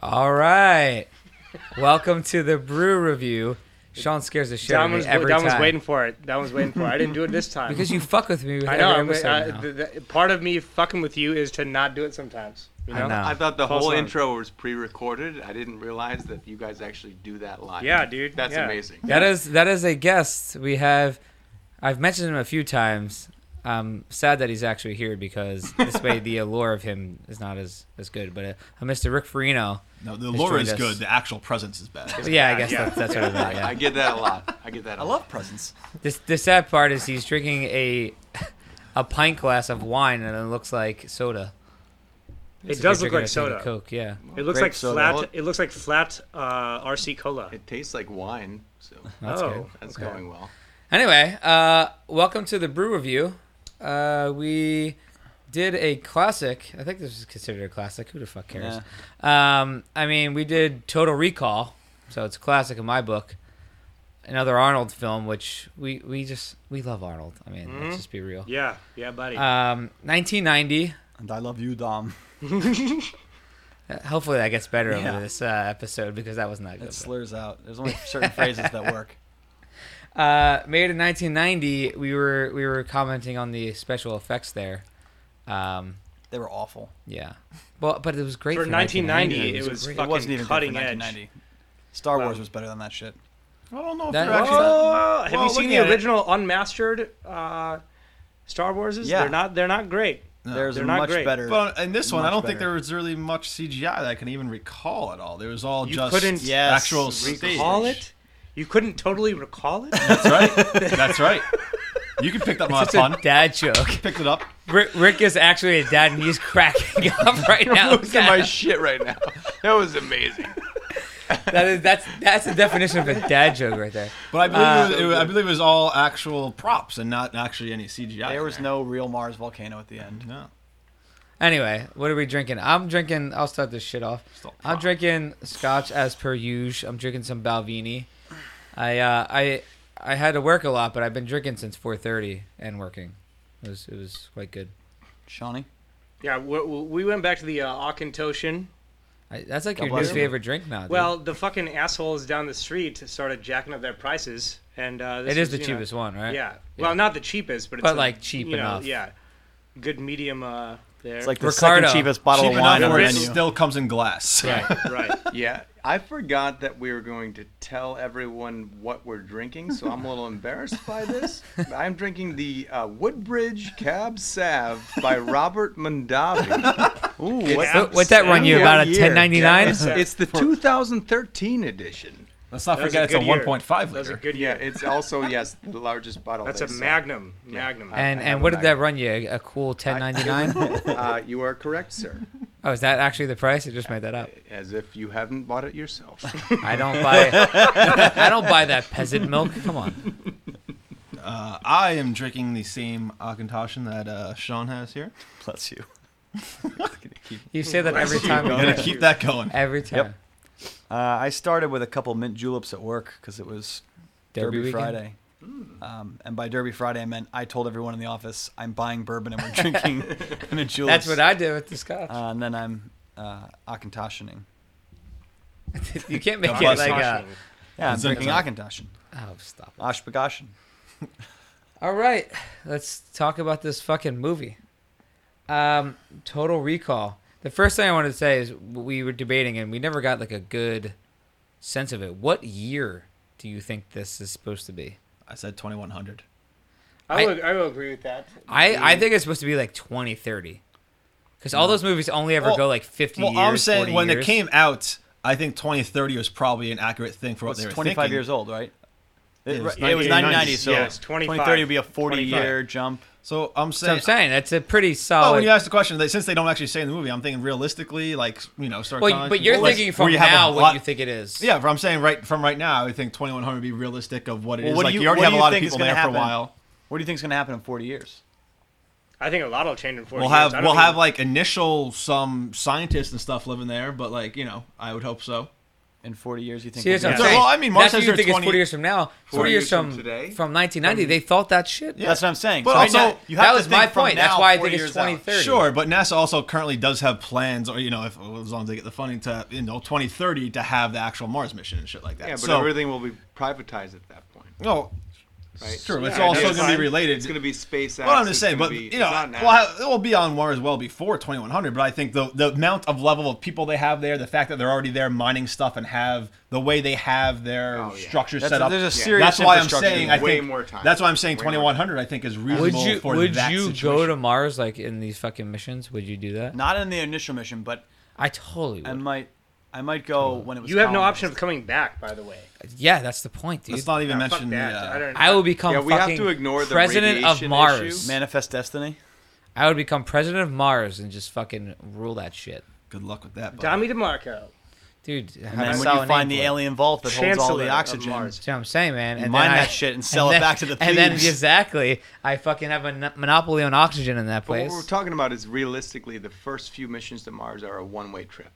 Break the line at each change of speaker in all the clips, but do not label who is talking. All right. Welcome to the brew review. Sean scares the shit out
That
of me
one's,
every
that
time.
one's waiting for it. That one's waiting for it. I didn't do it this time.
because you fuck with me with
I know. I'm,
every episode
I,
now.
the, the, part of me fucking with you is to not do it sometimes. You
I
know?
know.
I thought the
False
whole
alarm.
intro was pre-recorded. I didn't realize that you guys actually do that live.
Yeah, dude.
That's
Yeah.
amazing.
That is that is a guest we have. I've mentioned him a few times. I'm sad that he's actually here because this way the allure of him is not as as good. But uh, Mr. Rick Farino.
No, the
It's
lore
joined
is
us.
good. The actual presence is bad.
Yeah, I guess That's, that's what I meant.
I, I
Yeah.
get that a lot. I get that. I
presence.
This the sad part is he's drinking a a pint glass of wine and it looks like soda.
It
It's
does
you're
look like
drinking a thing of
soda.
Coke, yeah.
It looks
Grape
like
soda.
flat.
Well-
It looks like flat uh, RC cola.
It tastes like wine, so
That's
oh,
good.
that's
okay.
going well.
Anyway, uh, welcome to the brew review. Uh, we did a classic. I think this is considered a classic. Who the fuck cares? Um, I mean, we did Total Recall, so it's a classic in my book. Another Arnold film, which we, we just we love Arnold. I mean, let's just be real.
Yeah, yeah, buddy.
Um, 1990.
And I love you, Dom.
Uh, Hopefully that gets better
Yeah.
over this uh, episode because that was not good.
It slurs out. There's only certain phrases that work.
Uh, made in 1990, we were we were commenting on the special effects there. Um,
They were awful.
Yeah. Well, but it was great
for 1990,
It
it was
great.
fucking
it wasn't even
cutting
good for
edge.
1990. Star
Wow.
Wars was better than that shit.
I don't know if
That-
they're actually.
Oh, have
Well,
you seen
looking
the
at it-
original unmastered uh, Star Warses?
Yeah.
They're not. They're not great.
There's
they're
much
not great.
better.
But in this one, I
Much
don't think
better.
there was really much CGI that I can even recall at all. There was all
You
just
couldn't
Yes,
actual stage.
Recall it? You couldn't totally recall it.
That's right. That's right. You can pick that one
It's
up on.
a dad joke.
Picked it up.
Rick, Rick is actually a dad, and he's cracking up right now.
Look at my shit right now. That was amazing.
that is that's that's the definition of a dad joke right there.
But I
Uh,
believe, it, was, it- I believe it was all actual props and not actually any CGI.
there was
in uh,
no real Mars volcano at the end.
No.
Anyway, what are we drinking? I'm drinking. I'll start this shit off.
Stop.
I'm drinking Scotch as per usual. I'm drinking some Balvini. I uh, I I had to work a lot, but I've been drinking since 4:30 and working. It was it was quite good.
Shawnee?
yeah, we, we went back to the uh, Akintoshin.
I, that's like
God
your new
bless you.
favorite drink now. Dude.
Well, the fucking assholes down the street started jacking up their prices, and uh, this
it is the
was, you know-
cheapest one, right?
Yeah.
Yeah.
Well, not the cheapest, but it's
But,
a,
like, cheap
you know,
enough.
Yeah. Good medium. Uh, there.
It's like the
Ricardo.
second cheapest bottle
Cheap
of wine
enough
on the
where it
menu.
still comes in glass.
Right.
right.
Yeah, I forgot that we were going to tell everyone what we're drinking, so I'm a little embarrassed by this. I'm drinking the uh, Woodbridge Cab Sav by Robert Mondavi.
Ooh,
It's-
what?
What, what'd that run you? About a
Yeah.
1099?
Yeah.
It's the 2013 edition.
Let's not
That was
forget
a
it's a
good year.
1.5
That was a
liter.
good
Yeah,
year.
it's uh, also yes the largest bottle.
That's
they
a
sell.
Magnum. Magnum.
And
I
and
have
what
a
did that run you? A cool 1099?
Uh, you are correct, sir.
oh, is that actually the price? I just made that up.
As if you haven't bought it yourself.
I don't buy I don't buy that peasant milk. Come on.
Uh, I am drinking the same Akintoshin that uh, Sean has here.
Bless you.
You say that every time.
I'm
we
gonna
do it.
keep that going.
Every time.
Yep. Uh, I started with a couple mint juleps at work because it was Derby,
Derby weekend?
Friday.
Hmm.
Um, and by Derby Friday, I meant I told everyone in the office I'm buying bourbon and we're drinking mint juleps.
That's what I did with the scotch.
Uh, and then I'm uh, Akintoshining.
you can't make
Bless
it like a.
Yeah, I'm
It's in
drinking
the-
Akintoshin.
Oh, stop.
Oshbagashin.
All right, let's talk about this fucking movie. Um, Total Recall. The first thing I wanted to say is we were debating and we never got like a good sense of it. What year do you think this is supposed to be?
I said 2100.
I, will, I will agree with that.
I, I think it's supposed to be like 2030. Because all those movies only ever
Mm. Well-
go like 50
Well,
years.
I'm saying
40
when it
years.
came out, I think 2030 was probably an accurate thing
Oh,
for what
It's
they were
25
thinking.
years old, right? It,
was
it was 1990, so
Yeah, it's 25.
2030 would be a 40 year jump.
So I'm
So I'm
saying.
saying that's a pretty
Oh,
solid.
when you ask the question, they, since they don't actually say in the movie, I'm thinking realistically, like you know, start.
well,
calling
but
people,
you're
like,
thinking from
we have a
now what
lot-
you think it is.
Yeah, but I'm saying right from right now, I would think 2100 would be realistic of what it is.
Well, what do
Like you,
you-
already
what
have
do
a
you
lot of
think is
people
gonna
there for
happen?
a while.
What do you think is going to happen in 40 years?
I think a lot will change in 40
We'll
years.
have
I don't
we'll
think-
have like initial some scientists and stuff living there, but like you know, I would hope so.
in 40 years, you think?
See,
we'll
that's
be-
what I'm
So,
saying.
well, I mean, Mark
that's what
says
you
they're
think it's
20
40 years from now. 40, years
years from
from
today?
from 1990, they thought that shit.
Yeah.
That's what I'm saying.
But
So
also,
now-
you
that
have to
was my
think from
point. That's
now
why I
40
think it's
years out.
2030.
Sure, but NASA also currently does have plans, or you know, if as long as they get the funding to you know 2030 to have the actual Mars mission and shit like that.
Yeah, but
so,
everything will be privatized at that point,
No,
right?
Oh, sure, but it's
Yeah,
also
it is.
going to be related.
It's going to be space.
Well, I'm just saying, but you know, well, uh, I- it will be on Mars well before 2100. But I think the the amount of level of people they have there, the fact that they're already there mining stuff and have the way they have their
Oh, yeah.
structures
That's-
set up.
there's a
that's
serious
why I'm
infrastructure.
saying I
Way
think
more time.
that's why I'm saying
Way more time.
2100. I think is
Would
reasonable
you
for
would
that
you
situation.
go to Mars like in these fucking missions? Would you do that?
not in the initial mission, but
I totally would.
I might, I might go when it was.
You have no
colonized.
option of coming back, by the way.
yeah, that's the point, dude.
Let's not even
Yeah, fuck
mention the.
that. I
Uh,
don't.
I will become
Yeah, we have
fucking
to ignore the
president of
radiation
Mars.
issue.
manifest destiny.
I would become president of Mars and just fucking rule that shit,
good luck with that. bud.
Tommy DeMarco.
dude.
And
how
then
do
when
I sell
you
an
find the
envelope?
alien vault that holds all
Chancellor
the
of
oxygen,
Mars.
That's what I'm saying, man. And
mine
then I-
that shit and sell it
then-
back to the
And then
plebes.
exactly, I fucking have a n- monopoly on oxygen in that
But what we're
place.
talking about is realistically the first few missions to Mars are a one-way trip,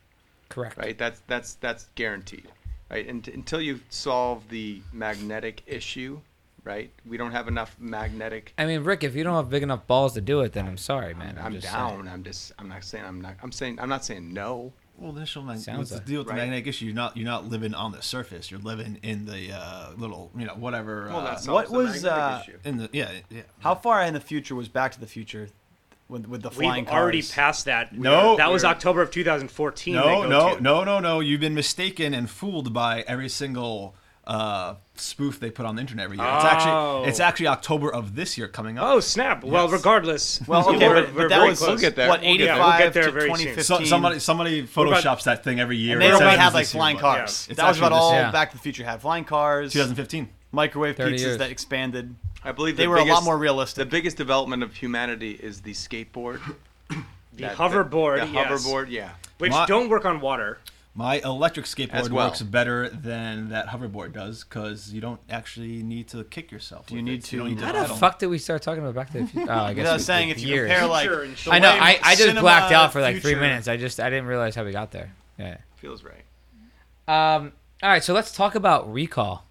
Correct.
right? That's that's that's guaranteed, right? And until you solve the magnetic issue, right? We don't have enough magnetic.
I mean, Rick, if you don't have big enough balls to do it, then I'm sorry, man. I'm,
I'm
just
down.
saying.
I'm just. I'm not saying. I'm not. I'm saying. I'm not saying no.
Well, initial mag-
Sounds
what's the
like-
deal with
right.
the magnetic issue? You're not you're not living on the surface. You're living in the uh, little you know whatever.
Well,
uh,
that solves
what
the
was,
magnetic
uh,
issue.
in the yeah yeah.
how far in the future was Back to the Future, with, with the flying
We've already
cars?
passed that. We
No,
were- that was
we're-
October of 2014.
No,
they go
no,
to.
no, no, no. You've been mistaken and fooled by every single uh, spoof they put on the internet every year. It's
Oh.
actually it's actually October of this year coming up.
Oh snap! Well,
Yes.
regardless.
Well, okay,
we're-
but,
we're
but that
very
was
close.
We'll get there.
what
We'll
eighty
get
there.
five
We'll get
to
there very soon.
twenty fifteen.
So, somebody somebody photoshops that thing every year.
and they
It
already
says
had like
this year,
flying
but-
cars.
Yeah. It's
That was
actually
about all
this
year.
Back to the Future had flying cars,
2015.
microwave
30
pizzas
years.
that expanded.
I believe
They
the
were a lot
biggest-
more
The
realistic.
biggest development of humanity is the skateboard.
The
That-
hoverboard.
The,
yes.
hoverboard. Yeah.
Which
My-
don't work on water.
My electric skateboard
As well.
works better than that hoverboard does because you don't actually need to kick yourself.
you
with
need
it. You don't
to-
need to
How the
pedal.
fuck did we start talking about Back to the Future? Oh, I guess
Because I
we
was saying,
did
if you
years.
compare like,
Future and shit.
the
I know,
way
I, I just
cinema
blacked out for like three
future-
minutes. I just I didn't realize how we got there. Yeah.
Feels right.
Um. All right, so let's talk about recall.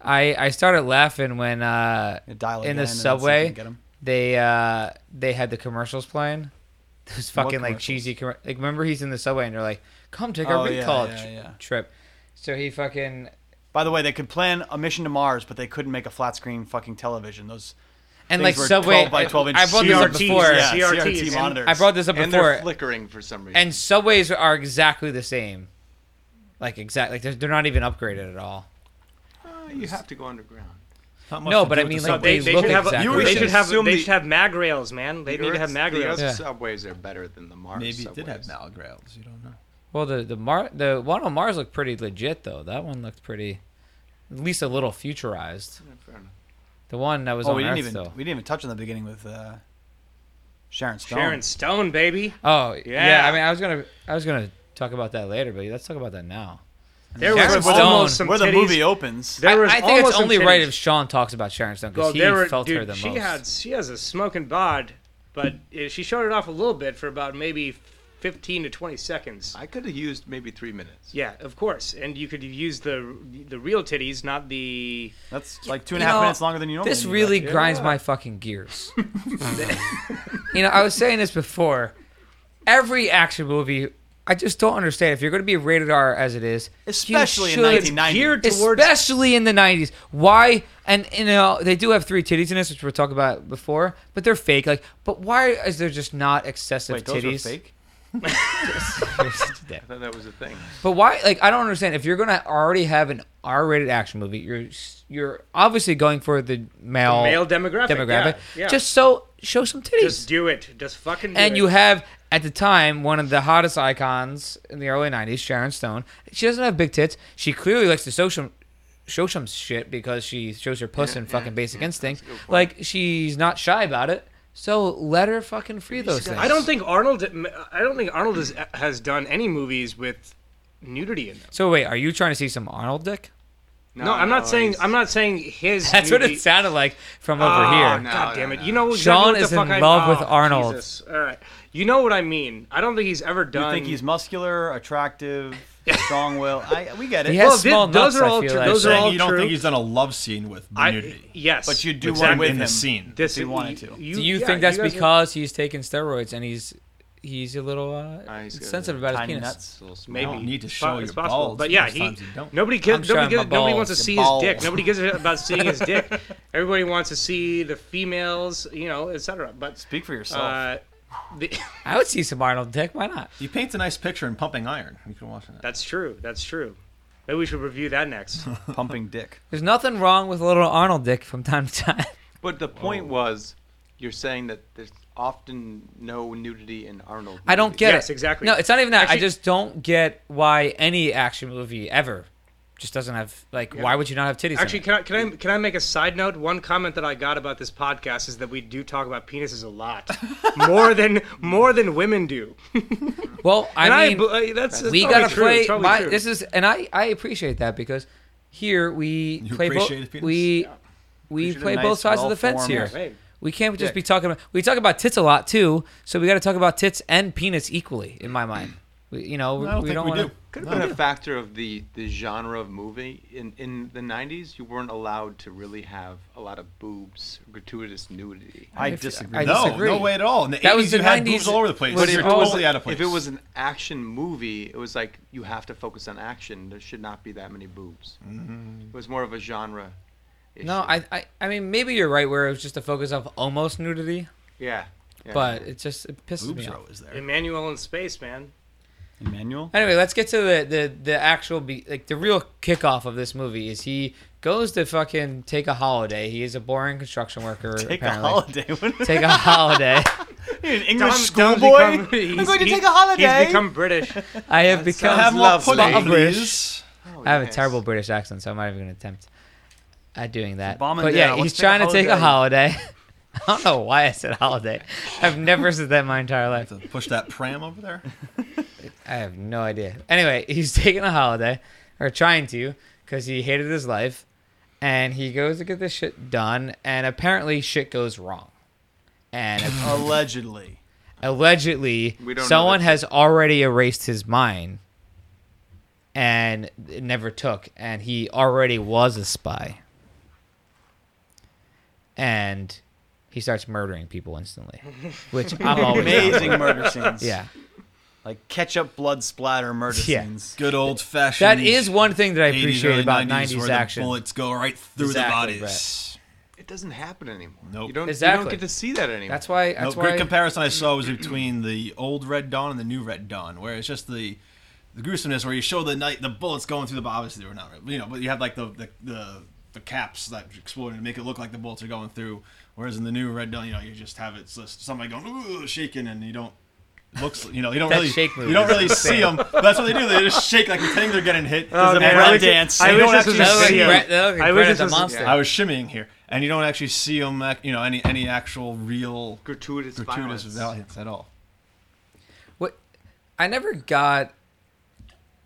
I I started laughing when uh
Yeah, dial it
in
again
the
and then see if you can
subway
get 'em.
they uh they had the commercials playing. Those
What
fucking like
commercials?
cheesy com- like remember he's in the subway and they're like, "Come take
Oh,
our
yeah,
recall
yeah,
tr-
yeah.
trip." So he fucking
By the way, they could plan a mission to Mars, but they couldn't make a flat screen fucking television. Those
and
things
like
were
subway
12 by 12 inch
I brought this up
CRTs,
before.
yeah.
yeah, CRT,
CRTs. And
monitors.
I brought this up
And
before.
they're flickering for some reason.
and subways are exactly the same like exactly like they're, they're not even upgraded at all
Uh, you have to go underground.
Not much
No,
to
but
do
I
with
mean,
the
like,
subway.
They,
They
they
look
should have.
exactly
They
the
should
same.
have.
Assume
They
the-
should have mag rails, man. They
The
need to have
Earth's-
mag
The
rails.
Earth's
Yeah.
subways are better than the Mars.
maybe it did have
subways.
malgrails. You don't know.
well the the Mar- the one on mars looked pretty legit though that one looked pretty at least a little futurized
Yeah, fair enough.
the one that was
Oh,
on
we
earth
didn't even
though
we didn't even touch on the beginning with uh, Sharon Stone.
Sharon Stone, baby.
oh yeah.
Yeah.
i mean i was gonna i was gonna talk about that later but let's talk about that now
There
Sharon
was
Stone.
almost some
Where the
titties.
movie opens,
I,
There was
I think
almost
it's
some
only right
titties.
if sean talks about sharon stone because
Well,
he
there were,
felt
dude,
her the
she
most
had she has a smoking bod, but uh, she showed it off a little bit for about maybe fifteen to twenty seconds.
I could have used maybe three minutes.
Yeah, of course, and you could use the the real titties, not the.
that's like two and
You
a half
know,
minutes longer than you normally.
This
do, but-
really grinds my fucking gears. you know, I was saying this before. Every action movie, I just don't understand. If you're going to be rated R as it is, you
especially in
should-
1990.
geared to- towards-
especially in the 90s. Why? And you know they do have three titties in this, which we'll talk about before, but they're fake. Like, but why is there just not excessive
Wait, those
titties?
were fake.
I thought that was a thing.
But why? Like, I don't understand. If you're gonna already have an R-rated action movie, you're you're obviously going for the male
The male demographic,
Demographic.
yeah, yeah.
Just so show some titties.
Just do it. Just fucking. Do
and
it.
you have at the time one of the hottest icons in the early '90s, Sharon Stone. She doesn't have big tits. She clearly likes to show some, show some shit because she shows her puss in fucking Basic Instinct. Like she's not shy about it. So let her fucking free those things.
I don't think Arnold. I don't think Arnold has, has done any movies with nudity in them.
So wait, are you trying to see some Arnold dick?
No, I'm not saying. I'm not saying his.
That's what
nudity-
it sounded like from over
Ah,
here.
no.
God damn it! You know, exactly
Sean
what the
is
fuck
in
I-
love with
oh,
Arnold.
Jesus. All right, you know what I mean. I don't think he's ever
You
done.
think he's muscular, attractive? strong will. I we get it.
He has
Well, thi-
small
those
nuts,
are
I
all
feel
true-
like.
those are
Saying
all
you don't
true.
think he's done a love scene with nudity.
I, yes,
But you do
It's
one
in,
with
in
him.
the scene.
This
if you wanted to.
Do you
yeah,
think that's
guys are-
because he's taking steroids and he's he's a little uh,
Ah, he's got
sensitive about his
Tiny
penis?
nuts.
maybe
don't need to
It's
show
po-
your
it's possible.
balls.
But yeah, he
Sometimes you don't.
nobody
I'm
gives
showing
nobody, gives,
my
nobody wants to
balls.
see
Balls.
his dick. Nobody gives a shit about seeing his dick. Everybody wants to see the females, you know, etc. But
Speak for yourself.
uh, the,
I would see some Arnold dick. Why not?
He paints a nice picture in Pumping Iron. You can watch that.
that's true. That's true. Maybe we should review that next.
Pumping dick.
There's nothing wrong with a little Arnold dick from time to time.
But the point was, you're saying that there's often no nudity in Arnold.
I don't
movies.
get
Yes,
it.
exactly.
No, it's not even that. I
Actually-
just don't get why any action movie ever just doesn't have like. Why would you not have titties? in
Actually,
it?
can I, can I can I make a side note? One comment that I got about this podcast is that we do talk about penises a lot, more than more than women do.
well, I
And I,
mean,
bl- I- that's, that's
we
probably
gotta
true.
play.
It's probably
My,
true.
this is, and I I appreciate that because here we
You
play both.
appreciate his penis?
We we
Appreciate a
play
nice,
both sides of the fence
well-formed-
here.
Right.
We can't just
Dick.
be talking about. We talk about tits a lot too, so we got to talk about tits and penis equally, in my mind. We, you know,
I don't
we
think
don't
we
want to.
do.
Could have been a factor of the, the genre of movie in in the '90s. You weren't allowed to really have a lot of boobs, gratuitous nudity.
I
if-
disagree.
I
No,
disagree.
no way at all. In the
That
80s,
was the
you had
90s.
boobs all over the place.
But
You're
if it was-
totally out of place.
If it was an action movie, it was like you have to focus on action. There should not be that many boobs.
Mm-hmm.
It was more of a genre. Issue.
No, I, I I mean maybe you're right where it was just a focus of almost nudity,
Yeah. yeah.
but it just it pisses
boobs
me
are
off.
always there.
Emmanuel in space, man.
Emmanuel.
Anyway, let's get to the the the actual be- like the real kickoff of this movie is he goes to fucking take a holiday. He is a boring construction worker.
Take
apparently.
a holiday. What
Take a holiday.
an
Tom-
English
Tom's
schoolboy.
become-
I'm
he's-
going to
he-
take a holiday.
He's become British.
I have become.
Have more pudding,
lovely.
please.
Oh,
I have a
yes.
terrible British accent, so I'm not even gonna attempt at doing that.
Bomb and
But yeah,
down.
he's
uh, Let's take a
trying to take a holiday. I don't know why I said holiday. I've never said that in my entire life.
To push that pram over there.
I have no idea. Anyway, he's taking a holiday, or trying to, because he hated his life, and he goes to get this shit done, and apparently shit goes wrong, and
Allegedly.
allegedly
We don't know
someone
that-
has already erased his mind, and it never took, and he already was a spy, and he starts murdering people instantly, which I'm always down
Amazing
for.
murder scenes.
Yeah.
Like ketchup blood splatter murder
Yeah.
scenes.
Good old fashioned.
That is one thing that I
80s,
appreciate
early
about
90s,
90s,
where
action.
The bullets go right through
Exactly,
the bodies.
It doesn't happen anymore.
Nope.
You don't. You
Exactly.
don't get to see that anymore.
That's why. That's
no,
why.
great comparison I saw was between the old Red Dawn and the new Red Dawn, where it's just the the gruesomeness where you show the night the bullets going through the obviously they were not you know, but you have like the the, the the caps that exploding to make it look like the bullets are going through. Whereas in the new Red Dawn, you know, you just have it's just somebody going ooh shaking and you don't looks you know you don't
That
really
shake move
you don't
is
really see them. That's what they do. They just shake like pretending they're getting hit.
Oh,
Doesn't
man,
matter.
I
I
Brad
wish-
dance.
I
You
wish
don't
this was
actually
a
That was
see
video.
him.
like Bre- that was like
I
Brett
wish
as
this
a
was
monster.
yeah.
I was shimmying here, and you don't actually see them, you know, any any actual real
gratuitous.
gratuitous
violence.
violence at all.
What? I never got.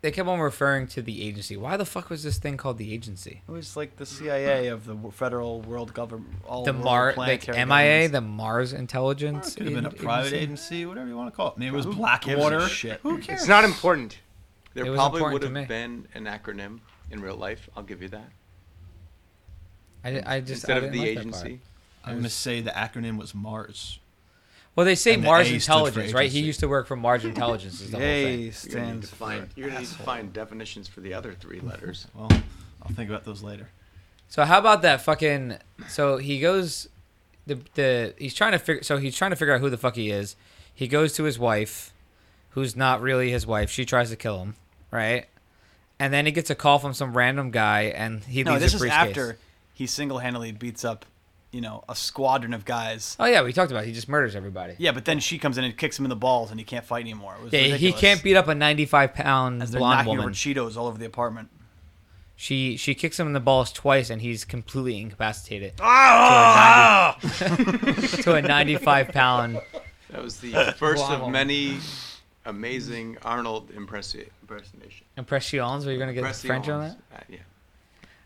They kept on referring to the agency. Why the fuck was this thing called the agency?
Oh,
It was like the CIA of the w- federal world government. All
The
world
Mar, like
planetary
MIA,
governments.
the Mars Intelligence.
Could have been a
Agen-
private
Agency?
agency, whatever you want to call it. Maybe it was
gives a
Blackwater.
shit?
Who cares?
It's not important.
There
It was
probably
important
would
to
have
me.
been an acronym in real life. I'll give you that.
I, di- I just I
Instead of
didn't
the
like that part.
agency.
I'm gonna say the acronym was Mars.
Well, they say
And the
Mars
A stood for
Intelligence, right? He
agency.
used to work for Mars Intelligence. Is the whole thing.
Yay,
You're gonna need
stands
to find. You're gonna need to find definitions for the other three letters.
Well, I'll think about those later.
So how about that fucking? So he goes, the the he's trying to figure. So he's trying to figure out who the fuck he is. He goes to his wife, who's not really his wife. She tries to kill him, right? And then he gets a call from some random guy, and he
No,
leaves
this
a
is
briefcase.
after he single-handedly beats up, you know, a squadron of guys.
Oh yeah, we talked about. It. He just murders everybody.
Yeah, but then she comes in and kicks him in the balls, and he can't fight anymore. It was
Yeah, he
ridiculous.
can't beat up a 95 pound
As they're
blonde
knocking over
woman.
Cheetos all over the apartment.
She she kicks him in the balls twice, and he's completely incapacitated
Ah!
to a 95 pound.
That was the first
Wow.
of many amazing Arnold impressi- impersonation.
Impressions? Are you gonna get French on that?
Impressions. Uh, yeah.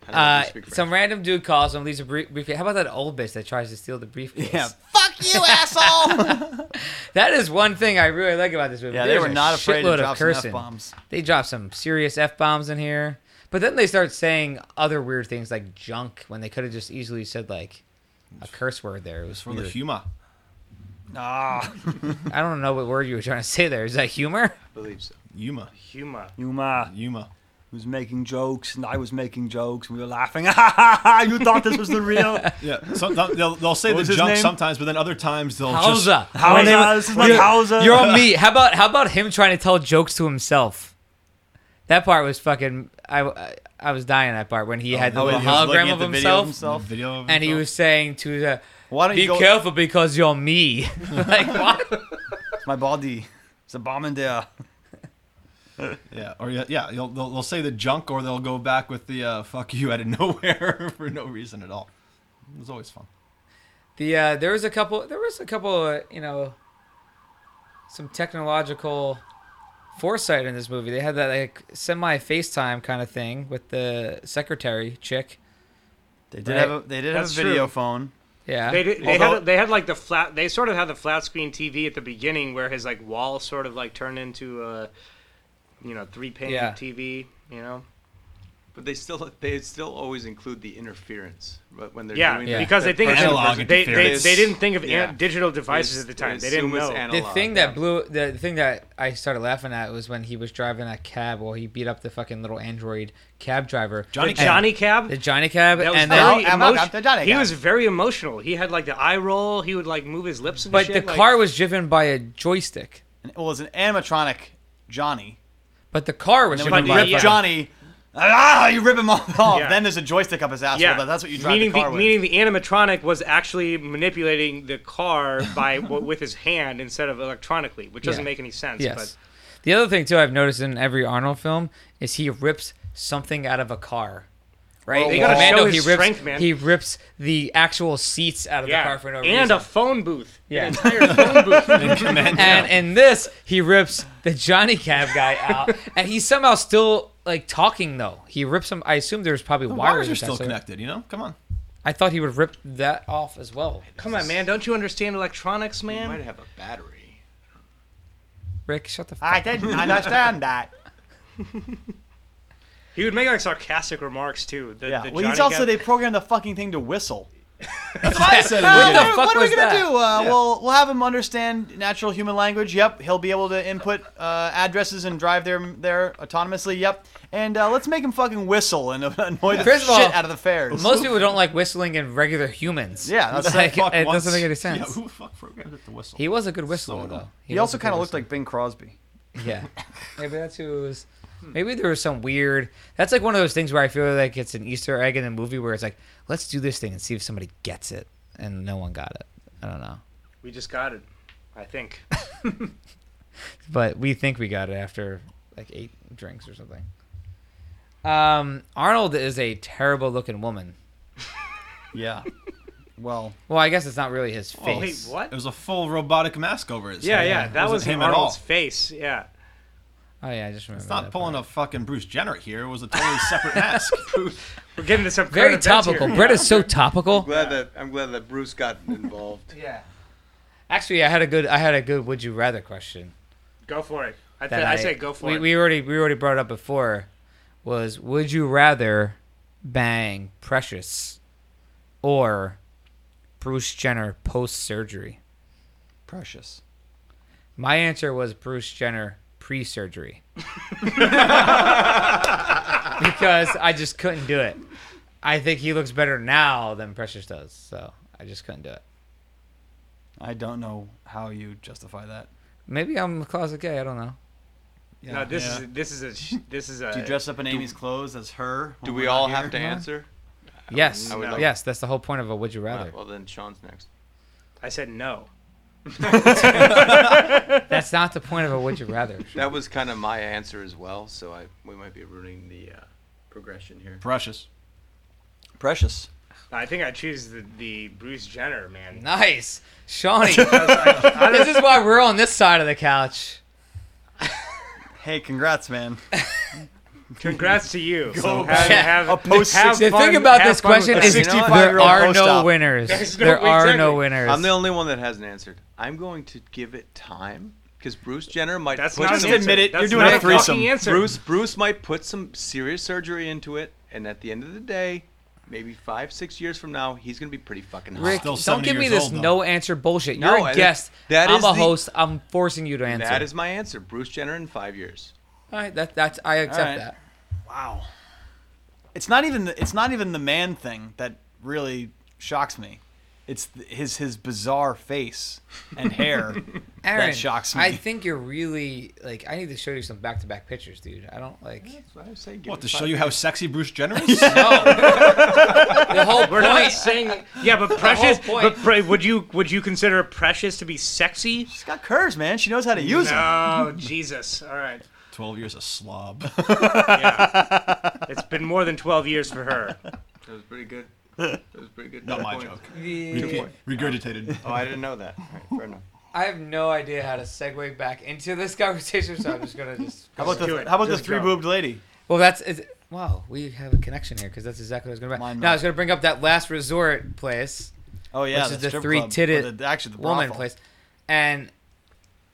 I don't know if
Uh,
you speak
some
French.
random dude calls him, leaves a brief, briefcase. How about that old bitch that tries to steal the briefcase?
Yeah, fuck you asshole!
That is one thing I really like about this movie.
Yeah, they
There's
were
a
not afraid
shitload
to drop
of
some
cursing.
F-bombs.
They drop some serious f bombs in here, but then they start saying other weird things like junk when they could have just easily said like a curse word there. It was
For the
weird.
humor.
Ah,
I don't know what word you were trying to say there. Is that humor?
I believe so.
Yuma.
Humor.
Yuma
Yuma.
was making jokes, and I was making jokes, and we were laughing. you thought this was the real?
Yeah. Sometimes they'll, they'll say the
was his
junk
name?
sometimes, but then other times they'll just.
Howza.
Howza, this is like Howza.
You're on me. How about how about him trying to tell jokes to himself? That part was fucking. I, I, I was dying that part when he had the
Oh,
little
he was looking
hologram
at
of
the
himself,
video of himself. Video of
and he
himself.
was saying to the.
Why don't
Be
you go?
careful because you're me. like what?
My body. It's a bomb in there.
Yeah, or yeah, yeah they'll, they'll, they'll say the junk, or they'll go back with the uh, "fuck you" out of nowhere for no reason at all. It was always fun.
The uh, there was a couple. There was a couple. Uh, you know, some technological foresight in this movie. They had that like semi FaceTime kind of thing with the secretary chick.
They did
Right.
have a they did
That's
have a video
true.
phone.
Yeah.
They did, they
Although-
had they had like the flat. They sort of had the flat screen TV at the beginning where his like wall sort of like turned into a, you know, three pane
Yeah.
TV. You know.
But they still they still always include the interference. But when they're
Yeah,
doing
Yeah.
that,
because they think
Analog
it's- they, they,
interference.
they didn't think of an-
Yeah.
digital
they
devices at the time. They didn't
assume it's
know.
the
analog.
thing
Yeah.
that blew the thing that I started laughing at was when he was driving that cab while he beat up the fucking little android cab driver.
Johnny
the Johnny Cab.
The Johnny cab
that was
and then
very
Oh, I'm up,
emotion-
I'm the Johnny
He
Cab.
was very emotional. He had like the eye roll. He would like move his lips and
but
shit.
the
like-
car was driven by a joystick.
And, well, it was an animatronic Johnny.
But the car was
And
driven
then when you
by
But
rip
yeah.
Johnny, ah, you rip him off.
Yeah.
Then there's a joystick up his asshole.
Yeah,
but that's what you drive
meaning
the car with.
Meaning the animatronic was actually manipulating the car by w- with his hand instead of electronically, which doesn't
Yeah.
make any sense.
Yes. The other thing too I've noticed in every Arnold film is he rips something out of a car. Right?
Well, they
In
gotta
Commando,
show his
he rips,
strength, man.
He rips the actual seats out
But
of
yeah,
the car for no
and
reason.
a phone booth.
Yeah.
an entire phone booth.
And in this, he rips the Johnny Cab guy out, and he's somehow still like talking though. He rips him. I assume there's probably
The
wires,
wires are
attached
still
to it.
connected. You know, come on.
I thought he would rip that off as well.
Come on, man! Don't you understand electronics,
They might
man?
have a battery.
Rick, shut the. Fuck.
I didn't understand that.
He would make like sarcastic remarks too. The,
Yeah.
the
well,
Johnny
he's also
Cab-
they programmed the fucking thing to whistle.
That's what I said.
What the
Hey,
fuck
what are
was
we gonna
that?
do? Uh, We'll we'll have him understand natural human language. Yep, he'll be able to input uh, addresses and drive there there autonomously. Yep, and uh, let's make him fucking whistle and annoy the
First
shit
of all,
out of the fairs.
Most people don't like whistling in regular humans.
Yeah, that's
like,
Fuck
it
once.
doesn't make any sense.
Yeah, who the fuck programmed it to whistle?
He was a good whistler
So
though.
dumb.
he also kind of looked like Bing Crosby.
like. Yeah, maybe that's who it was. Maybe there was some weird. That's like one of those things where I feel like it's an Easter egg in a movie where it's like, let's do this thing and see if somebody gets it, and no one got it. I don't know.
We just got it, I think.
but we think we got it after like eight drinks or something. Um, Arnold is a terrible looking woman.
Yeah. Well,
Well, I guess it's not really his
Oh, wait,
face.
what?
It was a full robotic mask over his
yeah,
head.
yeah,
It
that
wasn't
was
him
him
at all.
Arnold's face. Yeah.
Oh yeah, I just remember.
It's not
that
pulling
part.
a fucking Bruce Jenner here. It was a totally separate mask.
We're getting to some
Very
current events here.
topical. Brett is so topical.
Glad that I'm glad that Bruce got involved.
Yeah.
Actually, I had a good. I had a good. Would you rather question.
Go for it. I, th-
That
I, say go for
we,
it.
We already we already brought it up before. Was would you rather bang Precious or Bruce Jenner post surgery?
precious.
My answer was Bruce Jenner pre surgery. because I just couldn't do it. I think he looks better now than Precious does. So I just couldn't do it.
I don't know how you justify that.
Maybe I'm a closet gay. I don't know.
Yeah.
no, this
Yeah.
is this is a sh- this is a
do you dress up in Amy's clothes as her?
Do
when
Oh,
we
we're
all
not
have to
here?
answer?
Yes.
I would like-
yes. That's the whole point of a would you rather.
Well, then Sean's next.
I said no.
that's not the point of a would you rather.
That was kind of my answer as well, so I we might be ruining the uh, progression here.
Precious.
Precious.
I think I choose the, the Bruce Jenner man.
nice. Shawnee.
I
this is why we're on this side of the couch.
Hey, congrats, man.
Congrats to you. so
back.
have,
A
have,
post-
have
The
fun-
thing about
have
this
fun with
question
that.
is
You know what?
there
65-year-old
are no
post-op.
winners.
There's no-
There are no
exactly.
winners.
I'm the only one that hasn't answered. I'm going to give it time because Bruce Jenner might
That's
put
not
Just
an
some,
answer.
admit it,
That's
you're doing
not
a
a
threesome.
fucking answer.
Bruce Bruce might put some serious surgery into it, and at the end of the day, maybe five six years from now, he's gonna be pretty fucking hot.
Rick,
Still
don't
70
give me
years
this
old, though.
no answer bullshit.
No,
You're a
I-
guest.
that
I'm
is
a
the-
host. I'm forcing you to answer.
That is my answer. Bruce Jenner in five years.
All right, that, that's I accept
right.
that.
Wow. It's not even the, it's not even the man thing that really shocks me. It's th- his his bizarre face and hair
Aaron,
that shocks me.
I think you're really like I need to show you some back to back pictures, dude. I don't like
That's what I say. Give
What
it
to
five
show you
years.
how sexy Bruce Jenner is?
no. the whole
We're not
point.
saying. Yeah, but precious.
point.
But pre- would you would you consider precious to be sexy?
She's got curves, man. She knows how to use them.
Oh Jesus! All right.
Twelve years a slob.
Yeah. it's been more than twelve years for her.
That was pretty good. That was pretty good.
Not
Two
my
points.
joke.
The-
Repeat- Regurgitated.
Oh, I didn't know that. All right, fair enough.
I have no idea how to segue back into this conversation, so I'm just gonna just.
How about
do
the
it.
how about the
Just go.
three boobed lady?
Well, that's is, wow. We have a connection here because that's exactly what I was gonna. Bring.
Mine
No, I was gonna bring up that last resort place.
Oh yeah,
Which is the
strip
three
club.
titted
Or the- actually the
woman
brothel.
place. And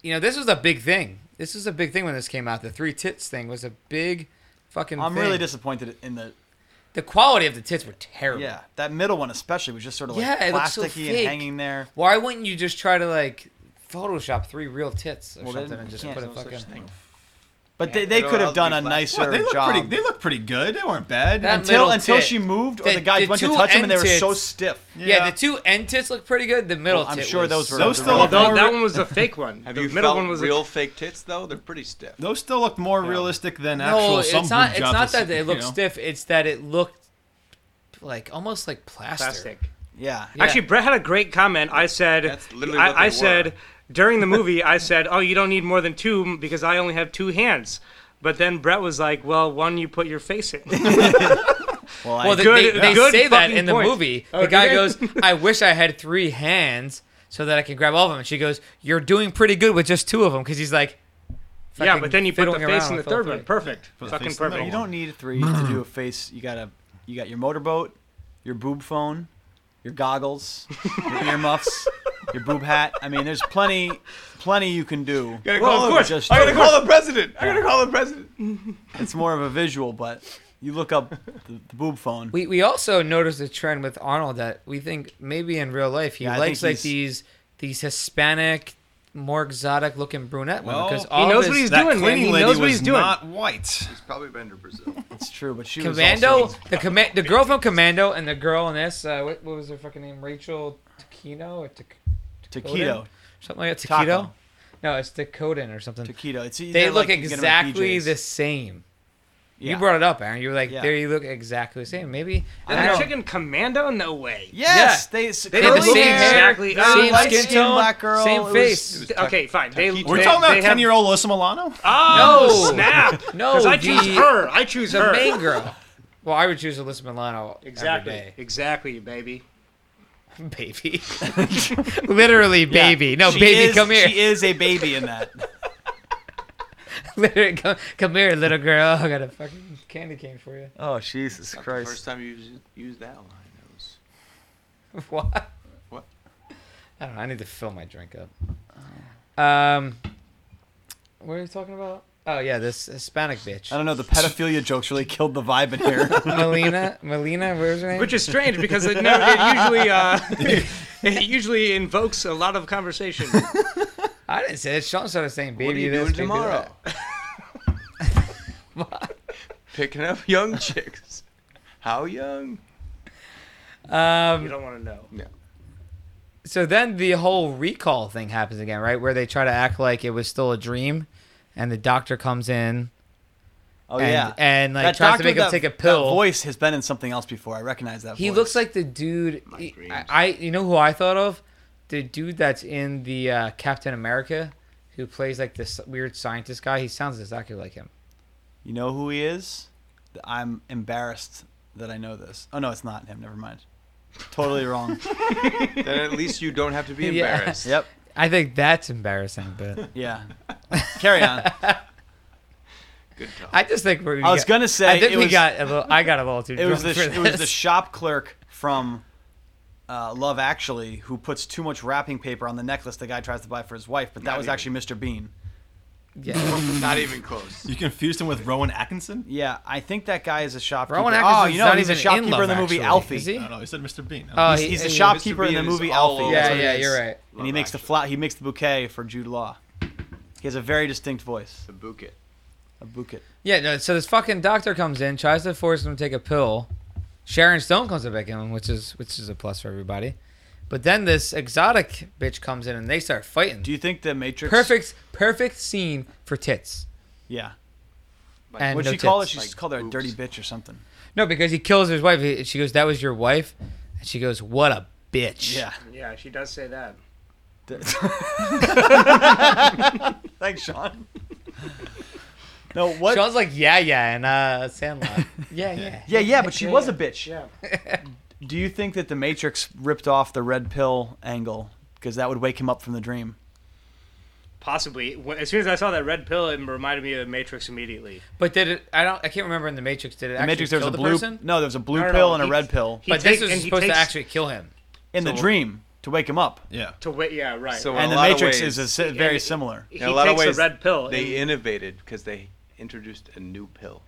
you know, this was a big thing. This was a big thing when this came out. The three tits thing was a big fucking
I'm
thing.
really disappointed in the
the quality of the tits were terrible.
yeah that middle one especially was just sort of like
Yeah, it looks so
plasticky and
fake.
hanging there.
Why wouldn't you just try to like Photoshop three real tits or
Well, they-
something and
you
just
can't.
put a
No
fucking
But they, they
Well,
could have
I'll
done
be
a
glad.
nicer
What, they look
job.
pretty. They look pretty good. They weren't bad.
That
until
middle
until
tit.
she moved, or
The-
the, guys
the
went to
two
touch them and they
end
were so
tits.
stiff.
yeah. the two end tits look pretty good. The middle,
Well, I'm
tit
sure
was-
those were
Those
the
still
real-
look
Although
more
that
re-
one was the fake one.
Have
the
you
middle
felt
one was a-
real fake tits though? They're pretty stiff.
Those still look more realistic than actual.
No, it's
some
not.
boob
It's not
job that's-
that it
you
looked
know.
stiff. It's that it looked like almost like plaster.
plastic.
yeah.
Yeah.
Actually, Brett had a great comment. I said,
That's literally
I,
what
I
they were.
said during the movie, I said, "Oh, you don't need more than two because I only have two hands." But then Brett was like, "Well, one you put your face in."
Well,
Well,
I,
they,
Good-
they, they
good
say that
fucking
in the
point.
movie.
Oh,
the
do
guy
they?
goes, "I wish I had three hands so that I could grab all of them." And she goes, "You're doing pretty good with just two of them," because he's like,
yeah, but then you put the
fucking fiddling
face in the
around with all
third
three.
one. Perfect.
Put the
Fucking
face in the
perfect.
you don't need three to do a face. You gotta you got your motorboat, your boob phone, your goggles, your earmuffs, your boob hat. I mean, there's plenty plenty you can do.
gotta
Well, of
the-
course.
Just
I gotta call the president. I gotta call the president.
it's more of a visual, but you look up the, the boob phone.
We we also noticed a trend with Arnold that we think maybe in real life he
Yeah, I
likes
think
like
he's-
these these Hispanic, more exotic looking brunette women
Well,
because
he
all
knows
of
what
his,
he's doing, man. He knows what
was
he's doing.
Not white.
He's probably been to Brazil.
It's true, but she was
Commando,
also
the command, the girl from Commando, and the girl in this, uh, what, what was her fucking name? Rachel Taquino or Tac-
taquito.
something like that.
Taco.
Taquito? No, it's Dakotan or something.
Taquito. It's either
they look
like you can get 'em at
exactly
BJ's.
the same.
Yeah.
You brought it up, Aaron. You were like,
Yeah.
"There, you look exactly the same." Maybe I
And
don't
the
know.
chicken commando? No way.
Yes,
Yeah.
they
They
had the
curly
same
hair,
exactly-
very
same
light
skin
skin,
tone,
black girl,
same
it was-
face.
It was
Okay, fine. They,
Taquito.
they,
We're talking
they
about
have-
ten-year-old Alyssa Milano.
Oh
No.
snap!
No,
'Cause I
the-
choose her. I choose
the
her.
main girl. Well, I would choose Alyssa Milano
Exactly. Exactly, baby.
every day, baby. Literally,
Yeah.
baby. No,
She
baby,
is-
come here.
She is a baby in that.
Literally, come, come here, little girl. I got a fucking candy cane for you.
oh Jesus
Not the First time you used, used that line. That was
what?
What?
I don't know. I need to fill my drink up.
Oh.
Um, what are you talking about? Oh yeah, this Hispanic bitch,
I don't know. The pedophilia jokes really killed the vibe in here.
Melina. Melina, where's her name?
Which is strange because it, never, it usually uh, it usually invokes a lot of conversation.
I didn't say it. Sean started saying, "Baby,
What are you
this,
doing
baby that."
tomorrow? Picking up young chicks. How young?
You
Um,
don't want to know.
Yeah.
so then the whole recall thing happens again, right? Where they try to act like it was still a dream, and the doctor comes in
Oh
and,
yeah.
and like
That
tries
doctor,
to make him
that-
take a
that
pill.
voice has been in something else before. I recognize that.
He
voice.
looks like the dude. I,
dreams.
I you know who I thought of? The dude that's in the uh, Captain America, who plays like this weird scientist guy. He sounds exactly like him.
You know who he is? Th- I'm embarrassed that I know this. Oh no, it's not him. Never mind. Totally wrong.
Then at least you don't have to be
Yeah.
embarrassed.
yep.
I think that's embarrassing, but
Yeah. Carry on.
Good talk.
I just think we're.
I was gonna say,
I think
it
we
was-
got. A little, I got a little too.
It was the
drunk
sh-
for
it was the
this.
shop clerk from uh, Love Actually who puts too much wrapping paper on the necklace the guy tries to buy for his wife, but that was
even.
actually Mr. Bean.
Yeah.
Not even close.
You confused him with Rowan Atkinson?
Yeah, I think that guy is a shopkeeper.
Rowan
oh,
Atkinson's
you know
not
he's a
even in
shopkeeper
Love
in the movie
Actually,
Alfie.
is he?
I don't know. He said Mr. Bean.
Oh,
He's, he's the
he-
shopkeeper in the
Bean is
movie
all
Alfie.
over.
that's
Yeah,
what it
yeah,
is.
you're right.
And he makes the flat. He makes the bouquet for Jude Law. He has a very distinct voice.
The bouquet.
A bouquet.
Yeah, no, so this fucking doctor comes in, tries to force him to take a pill. Sharon Stone comes up at him, which is which is a plus for everybody. But then this exotic bitch comes in and they start fighting.
Do you think the Matrix?
Perfect, perfect scene for tits.
Yeah.
Like,
And-
What'd
no
she call it?
tits.
She just
Like
called her a
boobs.
dirty bitch or something.
No, because he kills his wife. He- She goes, "That was your wife," and she goes, "What a bitch."
Yeah.
Yeah, she does say that.
Thanks, Sean. No, what?
Sean's like, "Yeah, yeah," and uh, Sandlot. yeah, yeah.
yeah, yeah, but she
Yeah,
was a
yeah.
bitch.
Yeah.
Do you think that the Matrix ripped off the red pill angle? Because that would wake him up from the dream.
Possibly. When- As soon as I saw that red pill, it reminded me of Matrix immediately.
But did it? I don't. I can't remember in the Matrix. Did it
The
actually
Matrix, there was
kill
a
the
blue.
person?
No, there was a blue
No, no,
pill
no,
and a
he-
red pill
he
but
take-
this
and
is
he
supposed
takes-
to actually kill him.
in the
so-
dream to wake him up.
Yeah.
To wait, yeah, right.
So
And
in a
the
lot of
Matrix is
ways,
a, si-
he-
very
and-
similar.
he
in a lot of
takes
ways,
the red pill.
They
and
innovated because they introduced a new pill.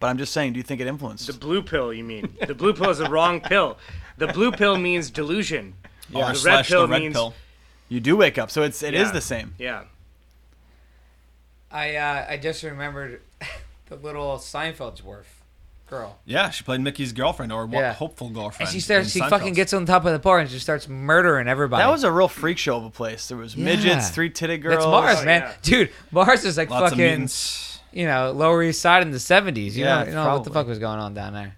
But I'm just saying, do you think it influenced?
the blue pill, you mean? The blue pill is the wrong pill. The blue pill means delusion.
Or
red
slash
pill
the red
means-
pill.
you do wake up, so it's it is
Yeah.
the same.
Yeah.
I uh, I just remembered the little Seinfeld's dwarf girl.
Yeah, she played Mickey's girlfriend or wa-
Yeah.
hopeful girlfriend.
And she starts.
in
She
Seinfeld.
fucking gets on top of the bar and just starts murdering everybody.
That was a real freak show of a place. There was midgets,
Yeah.
three titted girls.
That's Mars,
Oh,
man,
yeah.
dude. Mars is like
Lots of
fucking,
mutants.
you know, Lower East Side in the '70s. You
Yeah,
know, you know what the
probably.
fuck was going on down there?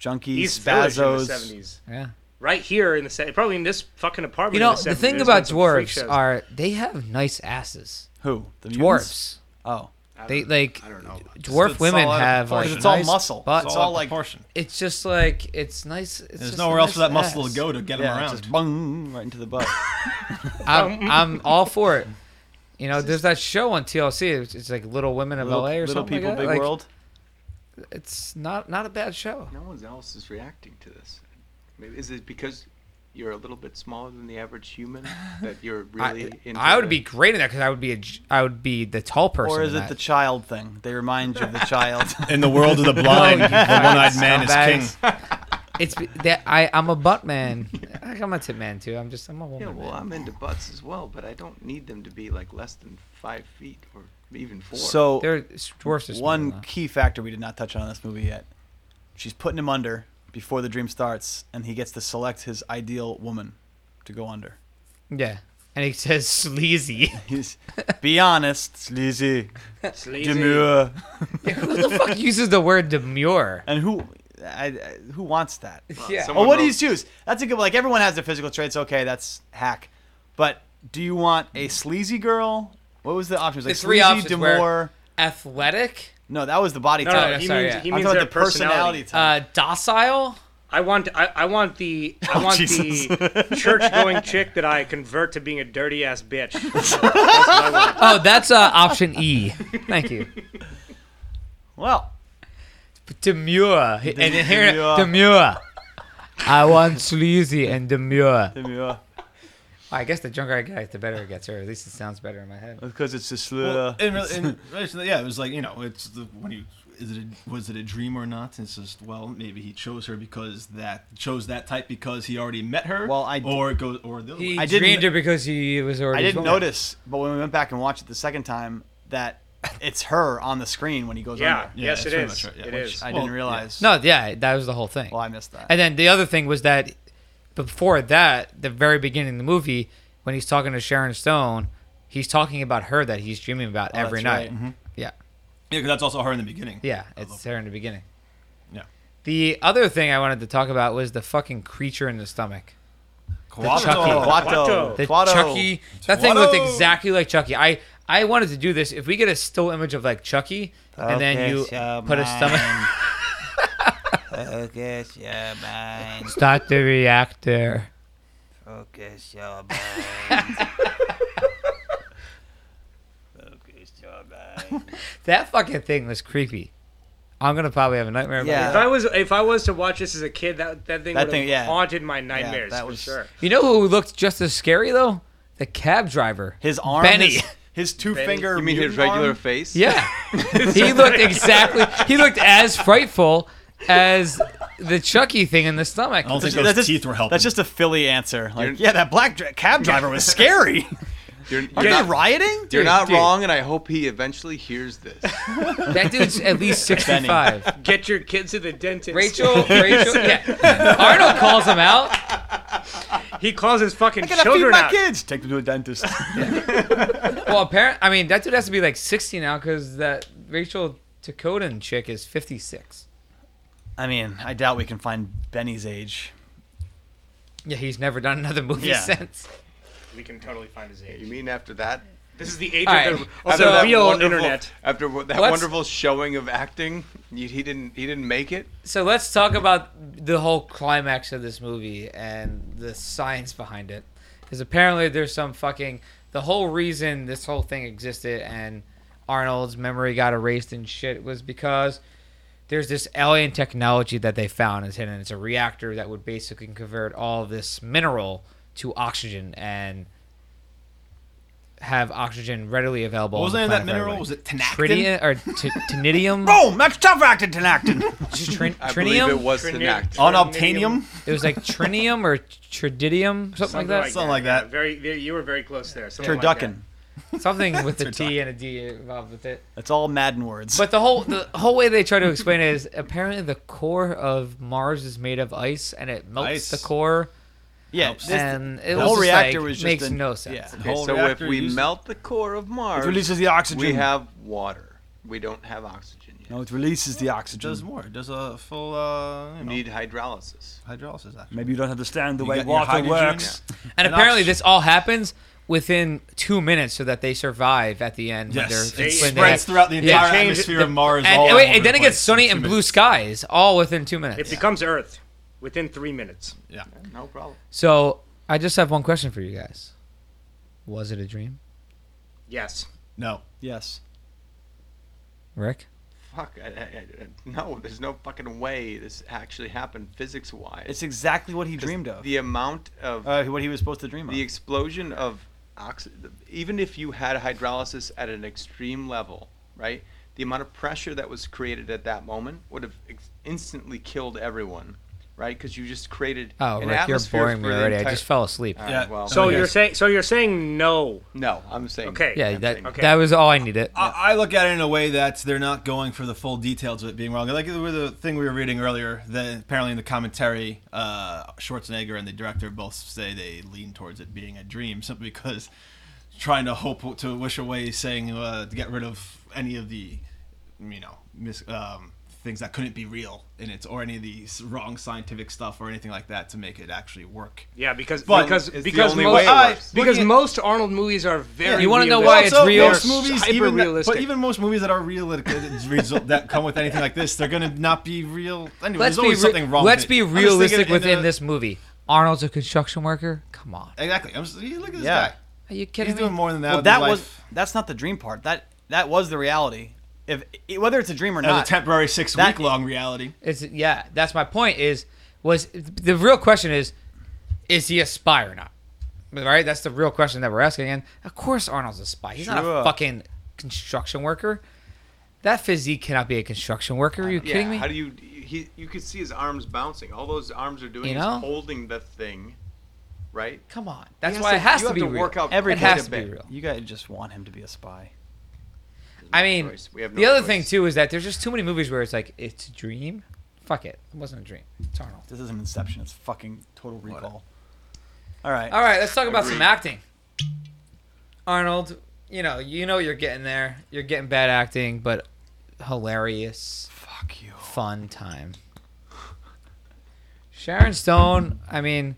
Junkies,
East Village in the
spazos.
70s.
Yeah.
Right here in the se- probably in this fucking apartment.
You know,
in the,
the
70s,
thing
there's
about
been some freak
dwarfs
shows.
are they have nice asses.
Who? The mutants?
Dwarfs.
Oh,
They like
I don't know.
dwarf
It's all
women
out of
have like
proportion. It's
all
nice
muscle. It's
butts.
It's
It's
all,
all
out of
like-
proportion.
It's just like it's nice. It's
There's
just
nowhere
a
else for
nice
that muscle
ass.
to go to get him
yeah,
around.
just bung right into the butt.
I'm, I'm all for it. You know, there's that show on TLC. It's, it's like Little Women of
little
LA or
little
something.
people,
like that.
big
Like,
world.
It's not not a bad show.
No one else is reacting to this. Maybe is it because you're a little bit smaller than the average human that you're really
I,
into?
I would
the-
be great in that because I would be a j- I would be the tall person.
Or is
in
it the
that.
child thing? They remind you of the child.
In the world of the blind, the one-eyed man is king.
It's be- that I I'm a butt man. I- I'm a tip man too. I'm just I'm a
Yeah,
woman.
well,
man.
I'm into butts as well, but I don't need them to be like less than five feet or even four.
so
They're dwarfs. Are
one
one.
key factor we did not touch on in this movie yet. She's putting him under before the dream starts, and he gets to select his ideal woman to go under.
Yeah, and he says sleazy.
He's, be honest, sleazy,
Sleazy.
demure,
Who the fuck uses the word demure?
and who, I, I, who wants that?
Yeah.
Oh,
someone
what do you
wrote-
choose? That's a good. Like everyone has their physical traits. Okay, that's hack. But do you want a sleazy girl? What was the options? Like
The three
sleazy,
options were-
demure.
Athletic,
No, that was the body
No,
type.
no,
Oh,
he
sorry,
means
yeah.
he
I'm
means
talking
their
about the personality
personality.
type.
uh, docile.
I want I, I want the I
Oh,
want the church going chick that I convert to being a dirty ass bitch. That's what I want.
Oh, that's uh, option E. Thank you.
well,
Demure. And then here,
Demure.
demure. I want sleazy and demure.
demure.
I guess the drunker I get, the better it gets, or at least it sounds better in my head.
Because it's a slur.
Well, in, re- in relation to- yeah, it was like you know, it's the when you is it a, was it a dream or not? It's just well, maybe he chose her because that chose that type because he already met her.
Well, I d-
or it goes or the other
He
way.
I didn't-
dreamed it because he was already.
I didn't
drunk.
notice, but when we went back and watched it the second time, that it's her on the screen when he goes
Yeah.
under.
yes,
that's
it
pretty
is.
much right, yeah.
It
Which
is.
I
Well,
didn't realize.
No, yeah, that was the whole thing.
Well, I missed that.
And then the other thing was that before that, the very beginning of the movie, when he's talking to Sharon Stone, he's talking about her that he's dreaming about
Oh,
every
that's
night.
right.
Yeah,
Yeah, because that's also her in the beginning.
yeah, it's her in the beginning.
Yeah.
The other thing I wanted to talk about was the fucking creature in the stomach.
Quattro.
Chucky.
Quato.
Quato.
The
Quato.
Chucky. That thing looked
Watto.
exactly like Chucky. I I wanted to do this. If we get a still image of like Chucky, and then you put a stomach.
Focus your mind.
Start the reactor.
Focus your mind. Focus your mind.
That fucking thing was creepy. I'm gonna probably have a nightmare about
Yeah.
it.
If I was if I was to watch this as a kid, that that thing
That
would
thing,
have
yeah.
haunted my nightmares
that
for
was-
sure.
You know who looked just as scary though? The cab driver.
His arm,
Benny.
his, his two
Benny.
finger.
You mean his
mutant
regular
arm?
face?
Yeah. he looked exactly he looked as frightful as the Chucky thing in the stomach.
I don't think
That's
those
just-
teeth were helping.
That's just a Philly answer. Like,
You're-
yeah, that black dri- cab driver was scary.
You're, you're
Are
not,
they rioting?
you're not
dude.
wrong, and I hope he eventually hears this.
That dude's at least sixty five.
Get your kids to the dentist.
Rachel, Rachel, yeah. Arnold calls him out.
he calls his fucking
I gotta feed
children
my
out.
kids. Take them to a dentist.
Well, apparent. I mean, that dude has to be like sixty now because that Rachel Takodan chick is fifty six.
I mean, I doubt we can find Benny's age.
Yeah, he's never done another movie
Yeah.
since.
We can totally find his
You
age.
mean after that?
This is the age
All
of
right.
the, of
After
the
that
real
wonderful-
internet.
After wh- that
Let's-
wonderful showing of acting, you, he didn't. He didn't make it.
So let's talk about the whole climax of this movie and the science behind it. Because apparently there's some fucking. The whole reason this whole thing existed and Arnold's memory got erased and shit was because there's this alien technology that they found is hidden. It's a reactor that would basically convert all this mineral to oxygen and have oxygen readily available. on
What was
the
the name of that
planet for
mineral? Was
everybody.
it tenactin?
Tritium or t- tinidium?
Boom! That's tough acting, tenactin.
Trin-
I
trinium?
believe it was
Trinium.
an act.
Oh,
On obtanium?
It was like trinium or tritidium, something, like that.
Something like that.
Very, very- you were very close there. Something like that.
Turducken.
something with a T and a D involved with it.
That's all Madden words.
But the whole the whole way they try to explain it is apparently the core of Mars is made of ice and it melts
Ice.
the core
yeah, this-
and it
the whole
was just,
reactor
like,
was just
makes
an-
no sense.
yeah.
Okay,
Whole
so if
reactor
we
used-
melt the core of Mars,
it releases the oxygen.
we have water. We don't have oxygen yet.
no, it releases the
It does
oxygen.
more. It does a full uh, you
We
know,
need hydrolysis.
hydrolysis actually.
Maybe you don't understand the
You
way
got your
water
hydrogen,
works.
And,
And
apparently
oxygen.
this all happens within two minutes so that they survive at the end when
Yes,
they're
it
when
spreads
they-
throughout the
yeah.
entire
Change it-
atmosphere of Mars.
And,
all
and wait,
over
and then
the
it gets
place.
sunny
Two
and blue
minutes.
skies all within two minutes.
It becomes Earth within three minutes.
Yeah.
No problem.
So I just have one question for you guys. Was it a dream?
Yes.
Oh
No.
Yes.
Rick?
Fuck. I, I, I, no, there's no fucking way this actually happened physics wise.
It's exactly what he dreamed of.
The amount of
uh, what he was supposed to dream of.
the explosion of oxygen, even if you had hydrolysis at an extreme level, right? The amount of pressure that was created at that moment would have ex- instantly killed everyone, right? Because you just created
Oh, Rick,
an
you're
atmosphere
boring me
for the
already. I
entire-
just fell asleep.
All right,
Yeah.
well,
So
Okay.
you're saying, so you're saying no.
no, I'm saying
Okay.
yeah, that
saying-
okay.
that was all I needed.
I, I look at it in a way that they're not going for the full details of it being wrong. Like with the thing we were reading earlier, that apparently in the commentary, uh, Schwarzenegger and the director both say they lean towards it being a dream simply because trying to hope to wish away saying uh, to get rid of any of the, you know, mis- um, things that couldn't be real in it or any of the s- wrong scientific stuff or anything like that to make it actually work.
Yeah, because
But
because
it's the
because
only
most,
way it
I-
works.
because
Looking at-
most Arnold movies are very.
You wanna know
realistic.
why it's
Also,
real?
Most movies, even that,
hyper-realistic.
but even most movies that are real that, that result- that come with anything like this, they're gonna not be real.
let's
Anyway, there's
be
always
re-
something wrong.
let's
with
be
it. I'm just
realistic
thinking in
within
the-
this movie. Arnold's a construction worker. Come on,
Exactly. I'm just, you look at this
Yeah.
guy.
are you
He's
kidding
doing
me?
more than that.
well,
with
that
his
was
life.
that's not the dream part. That that was the reality. If i- whether it's a dream or
That was
not,
a temporary six
That-
week long reality.
It's yeah. That's my point. Is was the real question is, is he a spy or not? Right. That's the real question that we're asking. And of course, Arnold's a spy. He's not
Sure.
a fucking construction worker. That physique cannot be a construction worker. Are you
Yeah,
kidding me?
How do you? He, you could see his arms bouncing. All those arms are doing
You
is
know?
holding the thing, right?
Come on. That's
has
why
to-
it has
you
to
have
be
to
real.
work out
Every
it has to
bit.
be real.
you guys just want him to be a spy.
I mean,
choice. We have
the
no
other
choice.
thing too is that there's just too many movies where it's like it's a dream. Fuck it, it wasn't a dream. It's Arnold.
This isn't Inception. It's fucking Total Recall. All right.
All right, let's talk about some acting. Arnold, you know, you know you're getting there. You're getting bad acting, but hilarious,
Fuck you.
fun time. Sharon Stone, I mean,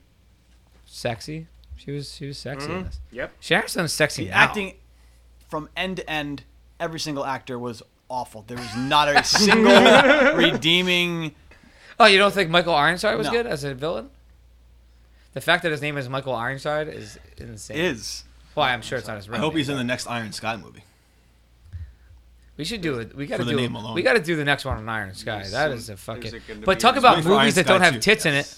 sexy. She was she was sexy
Mm-hmm.
in this.
Yep.
Sharon Stone's sexy
The
now.
acting from end to end, every single actor was awful. There was not a single redeeming.
Oh, you don't think Michael Ironside was
No.
good as a villain? The fact that his name is Michael Ironside is insane.
Is
Well, I'm sure it's not his real
I hope
name,
he's in
but-
the next Iron Sky movie.
We should do it. We got to
the
do.
name alone.
We got to do the next one on Iron Sky. That
soon
is a
there's
fucking.
a gonna
But
be
talk
a-
about
Wait for Iron
movies that
Sky
don't have
too.
tits in it.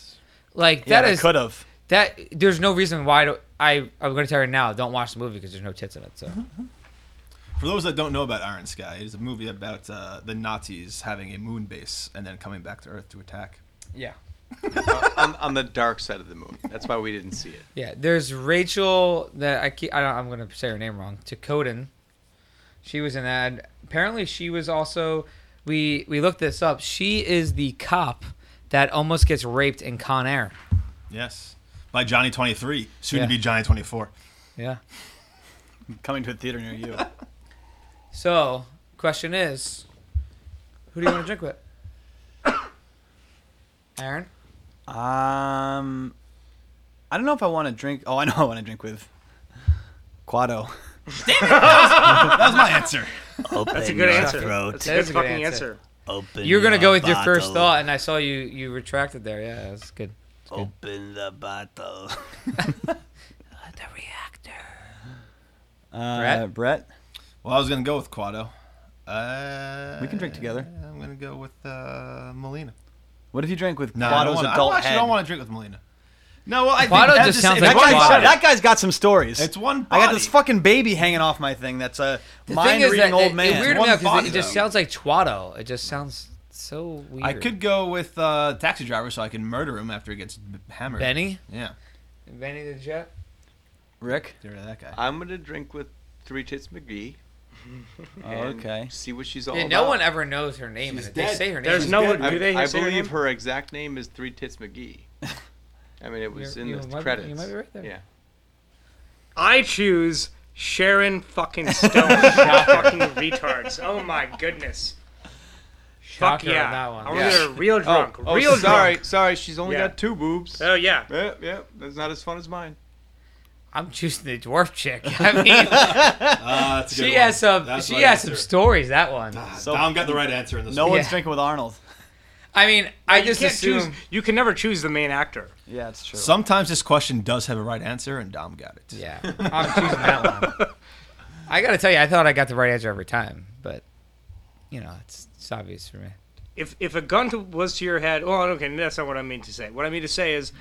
Like
Yeah,
that is
could have.
that. There's no reason why I don't- I. I'm gonna tell you right now. Don't watch the movie because there's no tits in it. So
Mm-hmm. For those that don't know about Iron Sky, it is a movie about uh, the Nazis having a moon base and then coming back to Earth to attack.
yeah.
on, on the dark side of the moon. That's why we didn't see it.
Yeah, there's Rachel that I keep. I don't, I'm gonna say her name wrong. Takoden. She was in that. Apparently, she was also. We we looked this up. She is the cop that almost gets raped in Con Air.
Yes. By Johnny 23, soon
Yeah.
to be Johnny 24.
Yeah.
Coming to a theater near you.
So, question is, who do you want to drink with? Aaron.
Um, I don't know if I want to drink. Oh, I know I want to drink with Quado.
That's my answer.
Open
That's a
your
good answer.
throat.
That's a
That
good
is a good
fucking
answer.
answer.
Open
You were gonna
your
go with your first
bottle.
thought, and I saw you you retracted there. Yeah, that's good.
Open the bottle.
The reactor.
Uh,
Brett?
Brett.
Well, I was going to go with Quado. Uh,
We can drink together.
I'm going to go with uh, Molina.
What if you drank with
No, I don't
Quado's
wanna,
adult
I actually
head?
don't want to drink with Molina. No, well, I think
Quado
that
just sounds
if
like
that,
it's one
Quado.
guy's,
body-
that guy's got some stories.
It's one
I
body.
got this fucking baby hanging off my thing. That's a
The thing is
mind-reading
that it,
old
it
man.
weirded me
One
out because it,
body,
just
though.
sounds like Twado. It just sounds so weird.
I could go with uh, taxi driver so I can murder him after he gets b- hammered.
Benny.
Yeah,
Benny the Jet.
Rick.
get rid of that guy.
I'm gonna drink with Three Tits McGee. and
okay.
See what she's all
Yeah,
about.
no one ever knows her name. in it. They
dead.
say her name.
There's
in
no
it.
one.
I,
Do they
I
say her
believe
name?
her exact name is Three Tits McGee. I mean, it was
You're-
in
you
the
might be- you
credits.
might be right there.
Yeah.
I choose Sharon fucking Stone. fucking retards. Oh my goodness.
Shocker
Fuck yeah.
on that one.
I want
Yeah.
to get a real
Oh,
drunk.
oh,
real
sorry,
drunk.
sorry. She's only
Yeah.
got two boobs.
Oh yeah.
yeah, yeah, that's not as fun as mine.
I'm choosing the dwarf chick. I mean,
Uh, that's a good
she
one.
has some.
That's
she
my
has some
answer.
stories. That one.
So, Dom got the right answer in this.
No
one.
one's
Yeah.
drinking with Arnold.
I mean, I
You
just
can't choose-
assume.
you can never choose the main actor.
Yeah, it's true.
Sometimes this question does have a right answer, and Dom got it.
Yeah, I'm choosing that one. I gotta tell you, I thought I got the right answer every time, but you know, it's, it's obvious for me.
if if a gun to, was to your head, well, okay, that's not what I mean to say. What I mean to say is,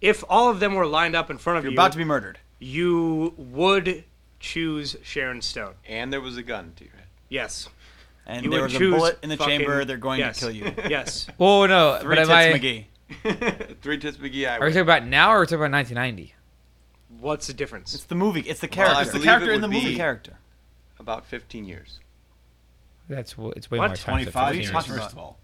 if all of them were lined up in front of
You're
you,
about to be murdered.
you would choose Sharon Stone.
And there was a gun to your head.
Yes,
And
you
there
would
was a
choose
bullet in the
fucking-
chamber. They're going
yes.
to kill you.
yes.
Well, no,
Three
but am
tits
I,
McGee.
Three Tits McGee. I
are we
would.
talking about now or are we talking about 1990?
What's the difference?
It's the movie. It's the
Well,
character.
I
the
believe
character
it
in the
would
It's the
movie.
be
character.
About 15 years
That's w- it's way
What?
more time. than
Twenty-five
15
years,
years.
talking about?
first of all.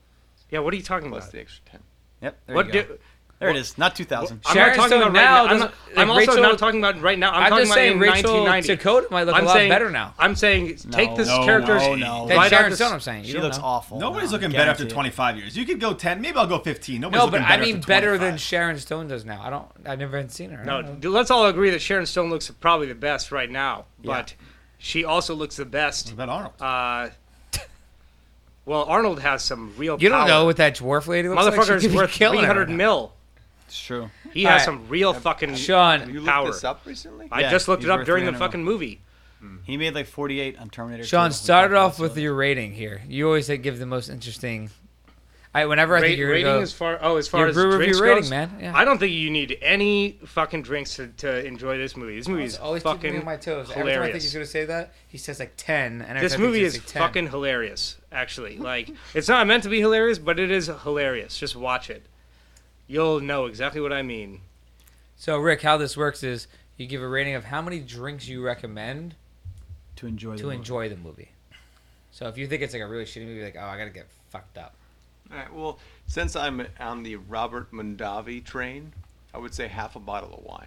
yeah, what are you talking
plus
about?
the extra 10.
Yep. There,
What
you go.
do,
there it is. Not 2000.
I'm
Sharon
not talking
Stone
about
now
right now. I'm, not,
doesn't-
I'm
like,
also
Rachel-
not talking about right now. I'm,
I'm
talking
just
about
saying
in
Rachel
1990.
Dakota might look
I'm
a lot
saying-
better now.
I'm saying take this
No,
character.
no, no.
Than
Why
right
Sharon
out
Stone, I'm
this-
saying. You
She
don't
looks
know.
awful.
Nobody's
now,
looking
I
better after
guarantee it.
25 years. You could go 10. Maybe I'll go 15. Nobody's
No, but
looking
I
better
mean
after
better
25.
than Sharon Stone does now. I don't. I've never even seen her. I
No,
don't know.
d- let's all agree that Sharon Stone looks probably the best right now, but she also looks the best.
What about Arnold.
Uh, well, Arnold has some real.
you don't
power.
know what that dwarf lady looks like. She
Motherfucker's
could be
worth
killing her
three hundred
right now.
mil.
It's true.
He
All
has
right.
some real fucking.
Have
Sean,
you looked
Power.
this up recently?
I
Yeah,
just looked
he's
it up
worth
during the
300 mil.
fucking movie.
He made like 48 on Terminator.
Sean,
2.
started off with your rating here. You always say give the most interesting. I whenever I
Ra-
think you're
rating
gonna go,
as far oh as far
your
as
brew review
drinks
rating,
goes,
man. Yeah.
I don't think you need any fucking drinks to, to enjoy this movie. This movie is
Oh, always keeping me
fucking
on my toes. Every time I think he's
hilarious.
gonna say that, he says like ten. And every
This
time I think
movie
he
is
says, like, 10.
fucking hilarious. Actually, like it's not meant to be hilarious, but it is hilarious. Just watch it. You'll know exactly what I mean.
So Rick, how this works is you give a rating of how many drinks you recommend
to enjoy. The
to
movie.
enjoy the movie. So if you think it's like a really shitty movie, like oh I gotta get fucked up.
All right. Well, since I'm on the Robert Mondavi train, I would say half a bottle of wine.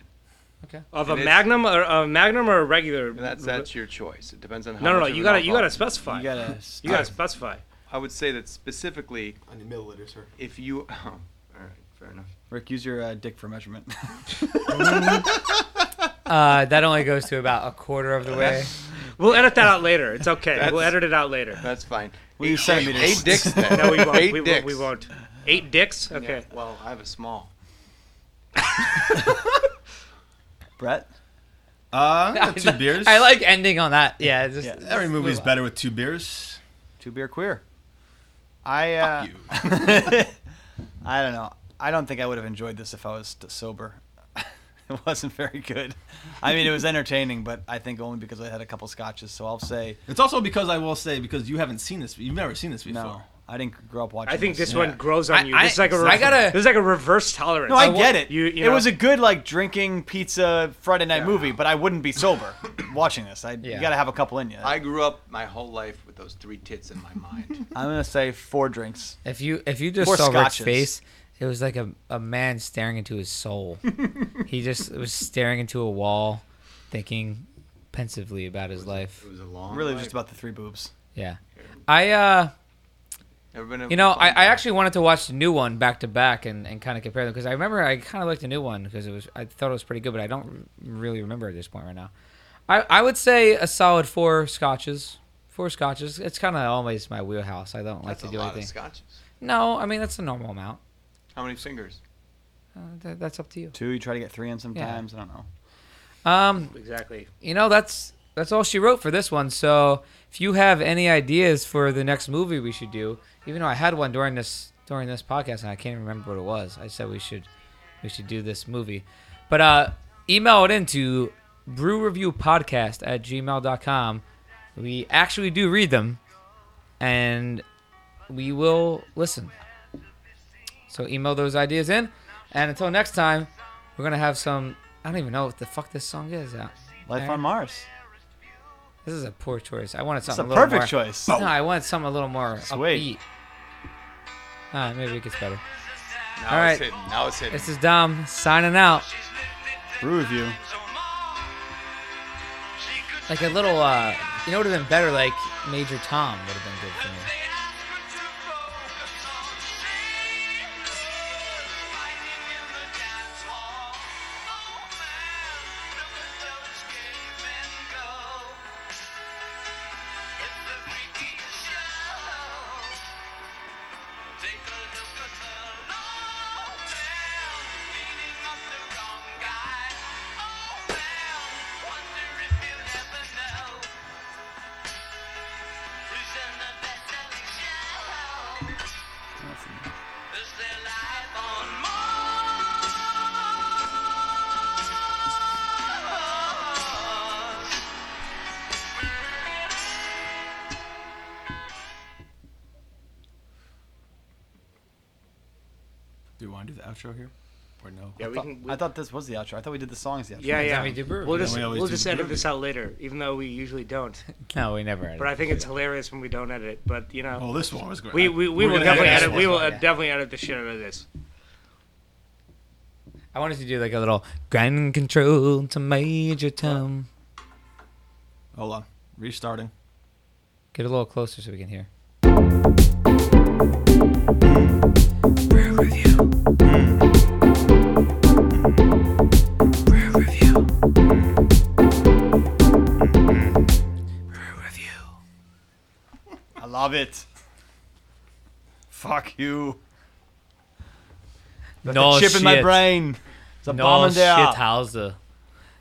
Of
And
a
it's-
magnum or a magnum or a regular.
And that's that's your choice. It depends on how.
Mm-hmm. no, no, no.
much of
You
an
gotta, you
alcohol-
gotta specify.
You gotta.
You gotta specify.
I would say that specifically,
I need milliliters, sir.
if you. Oh, all right. Fair enough.
Rick, use your uh, dick for measurement.
Uh, that only goes to about a quarter of the way.
We'll edit that out later. It's okay. we'll
That's-
edit it out later.
That's fine.
We use
eight,
centimeters.
eight dicks then.
No, we won't.
Eight
we, won't-
dicks.
we won't. Eight dicks? Okay.
Yeah, well, I have a small.
Brett.
Uh, I got two beers.
I like ending on that. Yeah, just,
Yeah.
Every
just
movie's
move on.
better with two beers.
Two beer queer. I uh,
You.
I don't know. I don't think I would have enjoyed this if I was t- sober. it wasn't very good. I mean, it was entertaining, but I think only because I had a couple scotches. So I'll say
It's also because I will say because you haven't seen this, you've never seen this before.
no. I didn't grow up watching.
I think this
Yeah.
one grows on
I-
you. This is like a
I- I gotta-
this is like a reverse tolerance.
No, I get it.
You, you
it
know,
was a good like drinking pizza Friday night movie, but I wouldn't be sober watching this. I
Yeah.
you got to have a couple in you.
I
I,
grew up my whole life with those three tits in my mind.
am gonna say four drinks.
If you if you just
Or
saw Rick's
scotches.
face, it was like a, a man staring into his soul. he just was staring into a wall, thinking pensively about his life.
It was a long.
Really,
life.
just about the three boobs.
Yeah. I uh
Never been a
you know,
fun
I, I
guy.
actually wanted to watch the new one back to back and, and kind of compare them because I remember I kind of liked the new one because it was I thought it was pretty good, but I don't r- really remember at this point right now. I, I would say a solid four scotches, four scotches. It's kind of always my wheelhouse. I don't like
That's
to
a
do
lot
anything.
of scotches.
no, I mean that's a normal amount.
How many fingers?
Uh, th- that's up to you.
Two, you try to get three in sometimes. I don't know.
Um,
exactly.
you know that's that's all she wrote for this one so if you have any ideas for the next movie we should do even though i had one during this during this podcast and i can't even remember what it was i said we should we should do this movie but uh email it into brew review podcast at gmail.com we actually do read them and we will listen so email those ideas in and until next time we're gonna have some i don't even know what the fuck this song is Uh, out
Life
Aaron?
on Mars.
This is a poor choice. I wanted
It's a
something a,
perfect
little more.
choice.
No, I wanted something a little more
Sweet.
upbeat. Ah, maybe it gets better.
Now
All right.
it's hidden. Now it's hidden.
This is Dom signing out.
Brew review.
Like a little, uh, you know, would have been better. Like Major Tom would have been good for me.
Oh, Take a look at the long man, leading up the wrong guy. Oh man, wonder if you'll ever know who's in the best-selling show. Is there life on Mars?
Do you want to do the outro here? Or no?
Yeah, we can. We,
I thought this was the outro. I thought we did the songs the outro.
yeah, yeah.
we do brew
will
review.
just
We always
we'll
do
just
brew
edit
review.
this out later, even though we usually don't.
No, we never.
But I think it's hilarious when we don't edit. But you know,
Oh, this one was great.
we we, we
We're
will
gonna
definitely
this
edit. We
one.
will uh, definitely edit the shit out of this.
I wanted to do like a little grand control to Major Tom.
Hold on. Restarting.
Get a little closer so we can hear.
I love it. Fuck you.
No
Chip
Oh, shit.
in my brain. It's a bomb
No
in
shit,
there.
Hauser.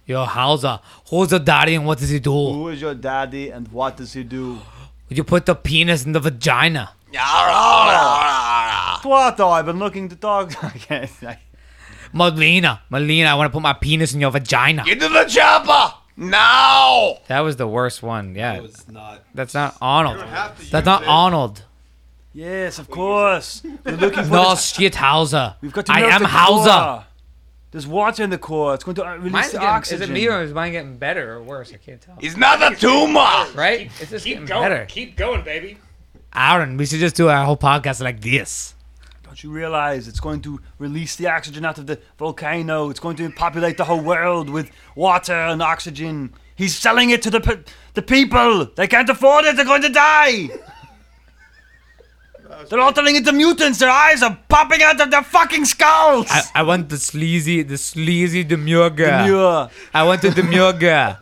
Yo, Hauser. Who's the daddy and what does he do?
Who is your daddy and what does he do?
You put the penis in the vagina.
Twato, I've been looking to talk. I can't. I-
Malina, Malina, I want to put my penis in your vagina.
Into the chopper now.
That was the worst one. Yeah,
It's not.
that's not Arnold.
have to
That's
use
not
it.
Arnold.
Yes, of course. We're looking for.
No
this-
shit, Hauser.
We've got to
I
melt
am
the
Hauser.
core. There's water in the core. It's going to uh, release the oxygen.
is mine getting better or worse? I can't tell.
It's not a tumor.
Right? It's just
Keep going. Keep going, baby.
Aaron, we should just do our whole podcast like this.
Don't you realize it's going to release the oxygen out of the volcano? It's going to populate the whole world with water and oxygen. He's selling it to the pe- the people. They can't afford it. They're going to die. They're altering it to mutants. Their eyes are popping out of their fucking skulls.
I, I want the sleazy, the sleazy demure girl.
Demure
I want the demure girl.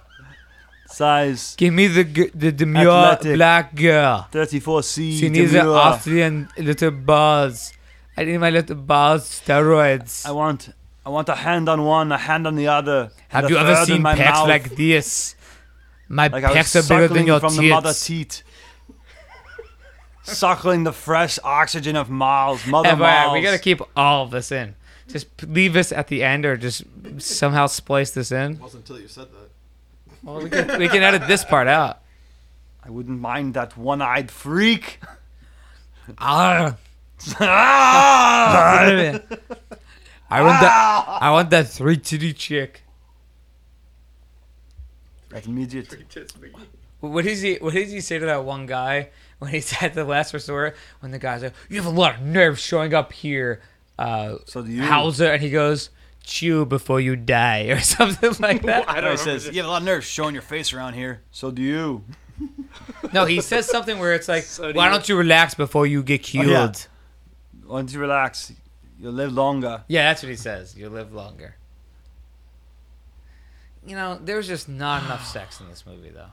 size
Give me the g- the demure
Athletic.
black girl.
34C.
She needs an
demure.
Austrian little balls. I need my little balls steroids.
I want I want a hand on one, a hand on the other. and
Have
a
you ever
third in
seen
my
pecs
mouth,
like this? My
like I was
pecs are bigger than
suckling
your
from the mother
tits.
teat? suckling the fresh oxygen of Miles, mother
FYI,
Miles.
we gotta keep all of this in. Just p- leave this at the end, or just somehow splice this in.
wasn't until you said that.
Well, we can, we can edit this part out.
I wouldn't mind that one-eyed freak.
Ah,
Ah!
I want that. I want that three titty chick.
that immediate.
What does he? What does he say to that one guy when he's at the last resort? When the guy's like, "You have a lot of nerve showing up here." Uh,
So do you.
Hauser, and he goes, "Chew before you die," or something like that.
I
No,
don't
he
know.
says, "You have a lot of nerve showing your face around here." So do you.
No, he says something where it's like,
So do
"Why
you-
don't you relax before you get killed?"
Oh, yeah.
yeah.
Once you relax, you'll live longer.
that's what he says. You live longer. You know, there's just not enough sex in this movie, though.